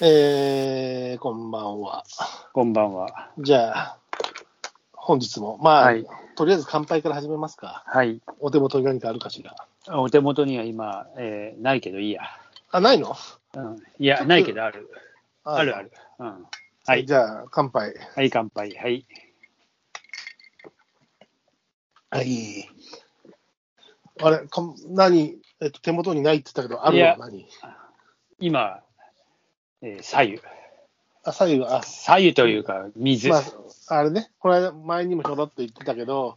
えー、こんばんは。こんばんは。じゃあ、本日も、まあ、はいとりあえず乾杯から始めますか。はい。お手元に何かあるかしら。お手元には今、えーないけどいいや。あ、ないのうん、いや、ないけどある。ああるある。。うん、は。はいいじゃあ、乾杯。はい、乾杯。はい。はい。あれ、かん何、えっと、手元にないって言ったけど、あるいのはや何今、えー左右。あ、左右は、あ、左右というか、水。まあ、あれね、この間、前にもちょろっと言ってたけど、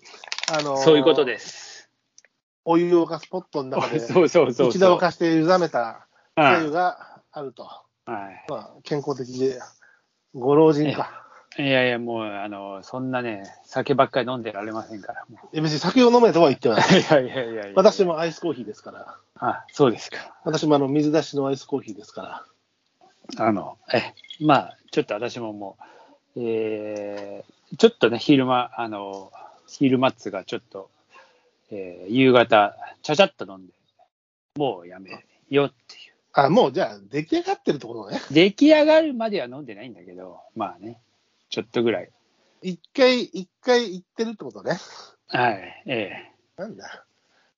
あのーそういうことです。お湯を沸かすポットの中で、 そうそうそうそう。一度沸かして湯ざめたうん左右があると。はいまあ、健康的で、ご老人か。いやいや、もう、あの、そんなね、酒ばっかり飲んでられませんから。もう え別に酒を飲めとは言ってない。いやいやいやいや。私。もアイスコーヒーですから。あ、そうですか。私もあの水出しのアイスコーヒーですから。あの、え、まあ、ちょっと私ももう、えーちょっとね、昼間、あの、昼間っつうか、ちょっと、えー夕方、ちゃちゃっと飲んで、もうやめようっていあ、もうじゃあ出来上がってるってことね。う。出来上がるまでは飲んでないんだけど、まあね、ちょっとぐらい。一回、一回行ってるってことね。はい、えなんだ。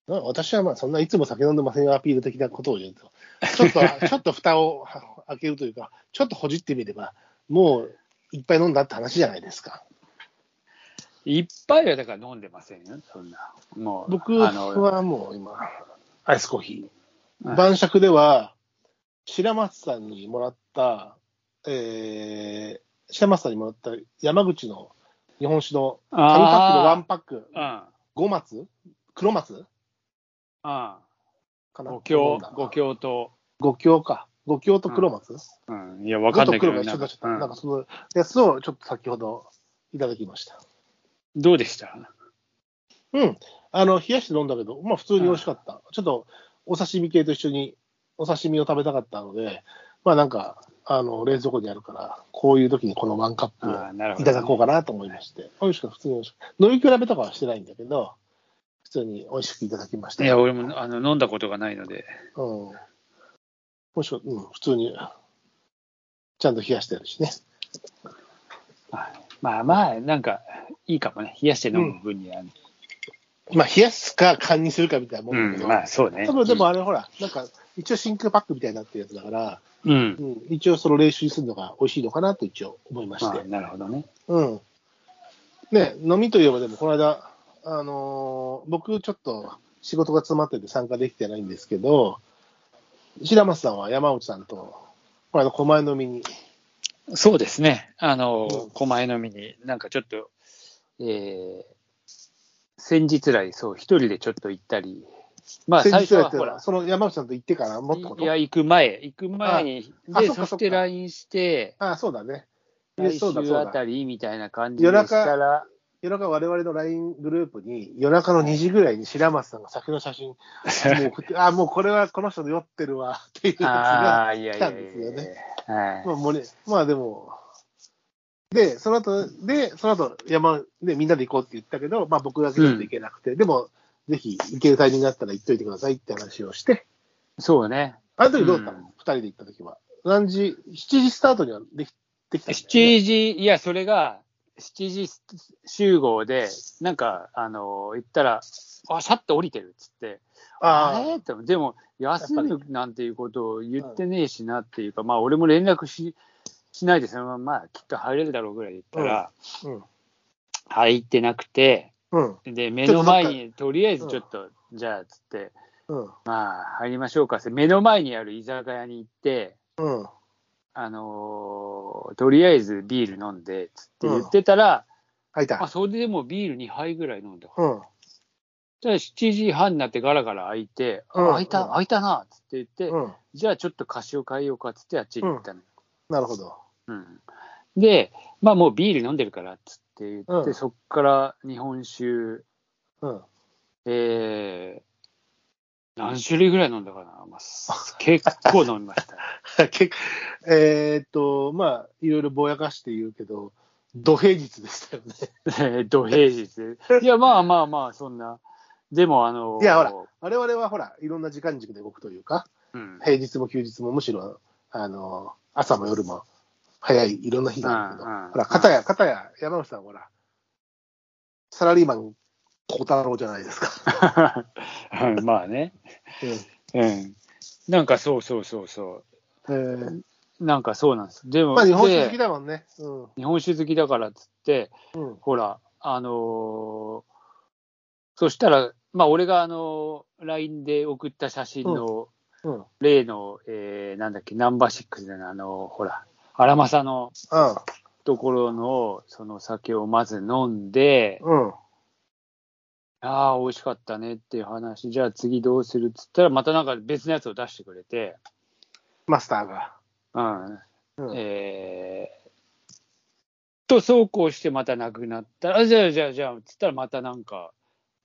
な私はまあそんないつも酒飲んでませんよアピール的なことを言うと、ちょっと、 ちょっと蓋をは開けるというか、ちょっとほじってみれば、もういっぱい飲んだって話じゃないですか。えいっぱいはだから飲んでませんよ、そんな。もう、僕あの、はもう今、アイスコーヒはー。い晩酌では、白松さんにもらった、えー、白松さんにもらった山口の日本酒の紙パックのワンパック、うん、五松黒松かうん、な五強、五強と、五強か。五強と黒松、うん、いや、わかんないけど、五と黒が一緒にななんかっちゃった。うなんんかそのやつをちょっと先ほどいただきました。どうでしたうん。あの、冷やして飲んだけど、まあ普通に美味しかった。ちょっと、お刺身系と一緒にお刺身を食べたかったので、まあなんか、あの、冷蔵庫にあるから、こういう時にこのワンカップあーなるほをどいただこうかなと思いまして、美味しかった、普通に美味しかった。飲み比べとかはしてないんだけど、普通に美味しくいただきました。いや、俺もあの飲んだことがないので、うん。美味しかった、うん、普通に、ちゃんと冷やしてあるしね。まあまあ、なんかいいかもね、冷やして飲む分には、ねまあ冷やすか缶にするかみたいなもうんだんけど、まあそうね。多分でもあれほら、なんか、一応真空パックみたいになってるやつだから、うん、うんうん、一応その練習するのが美味しいのかなと一応思いましまて。あ、なるほどね。うん。ね、飲みといえばでもこの間、あのー僕ちょっと仕事が詰まってて参加できてないんですけど、白松さんは山内さんと、この間狛江飲みに、そうですね、あの、うん狛江のみに、なんかちょっと、えー、先日来、そう、一人でちょっと行ったり、まあ、最先日初やはってほら、その山内さんと行ってからもっとこいとや、行く前、行く前に、ああで、そっかそしてそっか LINE して、ああ、そうだね。いや来そうだそう週だあたりみたいな感じでしたら、夜中我々の LINE グループに、夜中の2時ぐらいに白松さんが酒の写真、も う送って、ああ、もうこれはこの人酔ってるわ、っていうやつが。ああ、いやいや来たんいやいですや。はいまあ、もうねまあでも、で、その後、で、その後、山、ね、みんなで行こうって言ったけど、まあ僕だけちょっと行けなくて、でも、ぜひ行けるタイミングがあったら行っといてくださいって話をして、そうね。あの時どうだったの、うん二人で行った時は。何時、7時スタートにはできできたんだよね、 7時、いや、それが、7時集合で、なんか、あの、行ったら、あ、シャッと降りてるっつって、ああれって、でも、休むなんていうことを言ってねえしなっていうか、まあ、俺も連絡ししないで、そのまま、まあ、きっと入れるだろうぐらい言ったら、あ、うん。入ってなくて、うん。で、目の前に、とりあえずちょっと、じゃあ、つって、うん。まあ、入りましょうかって、目の前にある居酒屋に行って、うん。あのーとりあえずビール飲んで、つって言ってたら、入っまあ、た。それでもビール2杯ぐらい飲んだ。うん。じゃあ7時半になってガラガラ開いて、あうん開いた、開いたな、つって言って、うん。じゃあちょっと菓子を変えようか、つってあっちに行ったの。なるほど。うんで、まあもうビール飲んでるから、つって言って、うんそっから日本酒、うん。 えー、何種類ぐらい飲んだかな、まあ、す結構飲み ました。結構えーっと、まあ、いろいろぼやかして言うけど、土平日でしたよね。 えー土平日。いや、まあまあまあ、そんな。でも、あの、いやほら我々はほら、いろんな時間軸で動くというか、うん、平日も休日もむしろ、あの、朝も夜も早い、いろんな日があるけど、うんうんほら、片や、片や、山内さん、ほら、サラリーマン、小太郎じゃないですか。 うんまあね。うんえうん。なんかそうそうそうそーう。なんかそうなんです。でも、まあ、日本酒好きでだもんね。うん。日本酒好きだからっつって、うん。ほら、あのーそしたら、まあ、俺が、あのー、LINE で送った写真の、うん。例の、えー、なんだっけ、ナンバーシックスでの、あのーほら、荒政のあところの、その酒をまず飲んで、うん。ああ、美味しかったねっていう話、じゃあ次どうするっつったら、またなんか別のやつを出してくれて、マスターが。うん、うん。えー、と、そうこうしてまたなくなったら、あじゃあ、じゃあ、じゃあ、つったらまたなんか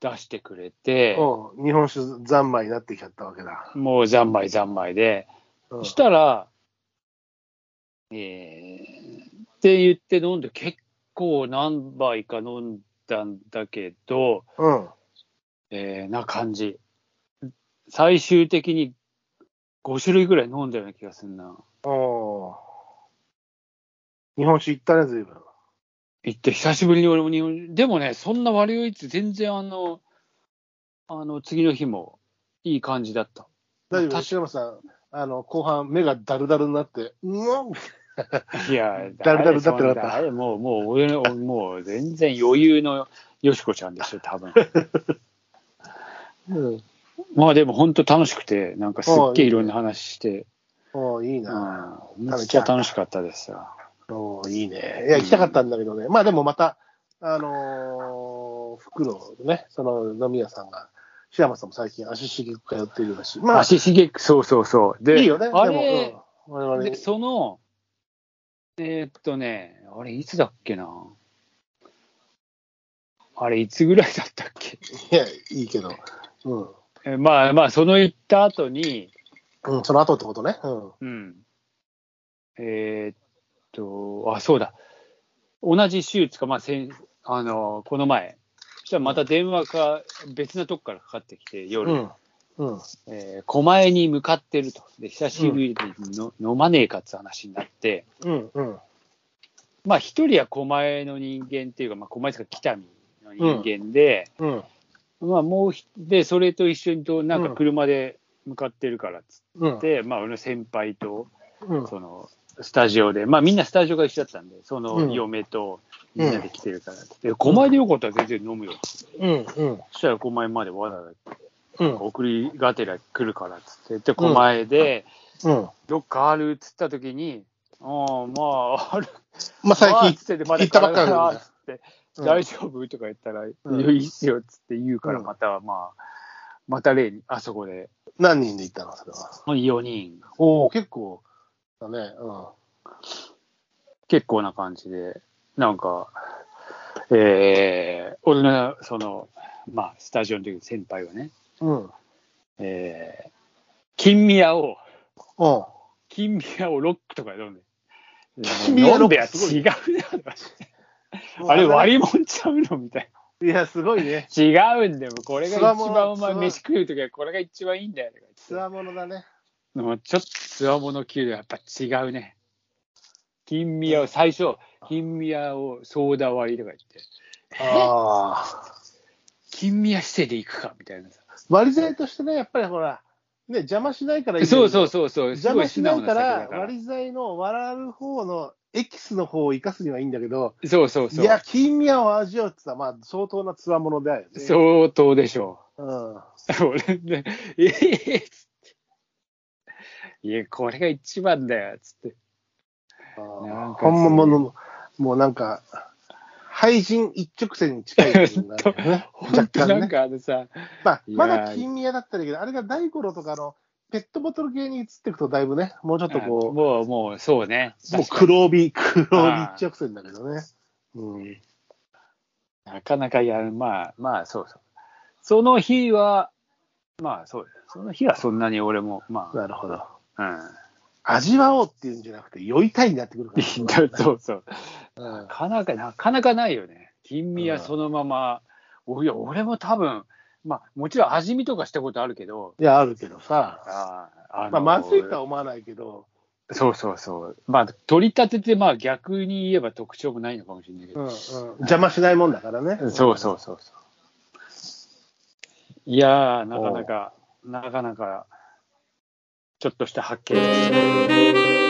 出してくれて、おう日本酒三昧になってきちゃったわけだ。もう三昧三昧で、うんしたら、えー、って言って飲んで、結構何杯か飲んだんだけど、うん。えー、な感じ。最終的に5種類ぐらい飲んだような気がするな。おう日本酒行ったね、随分。行って、久しぶりに俺も日本、でもね、そんな悪い位置、全然あの、あの、次の日もいい感じだった。大丈夫確白山さん、あの、後半、目がダルダルになって、うわんいや、 だるだるだってなったあれ、もう、もう、俺の、もう、全然余裕のよしこちゃんでしょ、多分。 うん。まあでも、本当楽しくて、なんかすっげえいろんな話して、おういいうんな。、めっちゃ楽しかったですよ。おーいいね。いや、行きたかったんだけどね。まあでもまた、あのー、福のね、その飲み屋さんが、白山さんも最近足しげく通っているらしい。まあ、足しげく、そうそうそう。で、いいよね。でも、あうんれ、我々で、その、えーっとね、あれ、いつだっけな。あれ、いつぐらいだったっけ。いや、いいけど。うん。えまあまあ、その行った後に、うん、その後ってことね。うん。うん。えーっと、あ、そうだ。同じ週つか、まあ、先あの、この前。そしたらまた電話が別なとこからかかってきて、夜、うん。うん。えー狛江に向かってると。で、久しぶりにの、飲まねえかって話になって、うん。うん。まあ一人は狛江の人間っていうか、まあ、狛江ですか北見の人間で、うん。まあもうひでそれと一緒にとなんか車で向かってるからっつうんっ。て、まあ俺の先輩とうん。そのスタジオでまあみんなスタジオが一緒だったんでそうのん嫁とみんなで来てるからっつって、狛江でよかったら全然飲むようん。うん。そしたら狛江までわざわうざん。送りがてら来るからっつってで狛江でうん。どっかあるっつった時に、ああまああるまあ最まあ近っつってまだ行ったばっかりだよ体がねっつってうん大丈夫とか言ったら、うんいやいいっすよっつって言うから、うんまた、まあ、また例に、あそこで、何人で行ったのそれは。 4人、おお結構、だね。うん。結構な感じで、なんか、えー、俺の、その、まあ、スタジオの時の先輩はね、うん。えー、金宮を、うん。金宮をロックとかで飲んで、金宮飲ロッんでクや違うな、もうあれ割りもんちゃうのみたいな。いや、すごいね。違うんだよ、これがつ一わも番のお前、つわ飯食うときはこれが一番いいんだよとかつ言ってわものだね。でもちょっとつわもの級ではやっぱ違うね。金宮を、最初、金宮をソーダ割りとか言って、ああ。金宮指定で行くかみたいなさ。割り剤としてね、やっぱりほら、ね、邪魔しないからいいんだけそどうそうそうそう、す邪ご魔いし素な直いなか酒らだ、から。割り剤の割る方のエキスの方を生かすにはいいんだけど、そうそういそう。や、金宮を味わうってさ、まあ、相当なつわものだよね。う。相当でしょうん。う。俺ね、ええっつって。いや、これが一番だよ、つって。なんかほんまもの、もうなんか、廃人一直線に近い部分が あるよね本当若干なんね。かあのさ、まあ、いやまだ金宮だったらいいけど、あれが大五郎とかのペットボトル系に移っていくと、だいぶね、もうちょっとこう、もう、もう、そうね。もう黒帯、黒帯ああ一直線だけどね。うん。なかなかやる、まあまあそうそう。その日は、まあそうです。その日はそんなに俺も、まなるほど。あ、うん。味わおうっていうんじゃなくて、酔いたいになってくるかそうそう。ら。うんなかなか、なかなかないよね。金味はそのまま、おいや、俺も多分、まあもちろん味見とかしたことあるけど、いや、あるけどさ、あーあまあ、のまずいとは思わないけど、そうそうそう。まあ、取り立てて、まあ逆に言えば特徴もないのかもしれないけうんうど。ん、邪魔しないもんだからね。そうそうそうそう。いやー、なかなか、なかなか、ちょっとした発見ですね。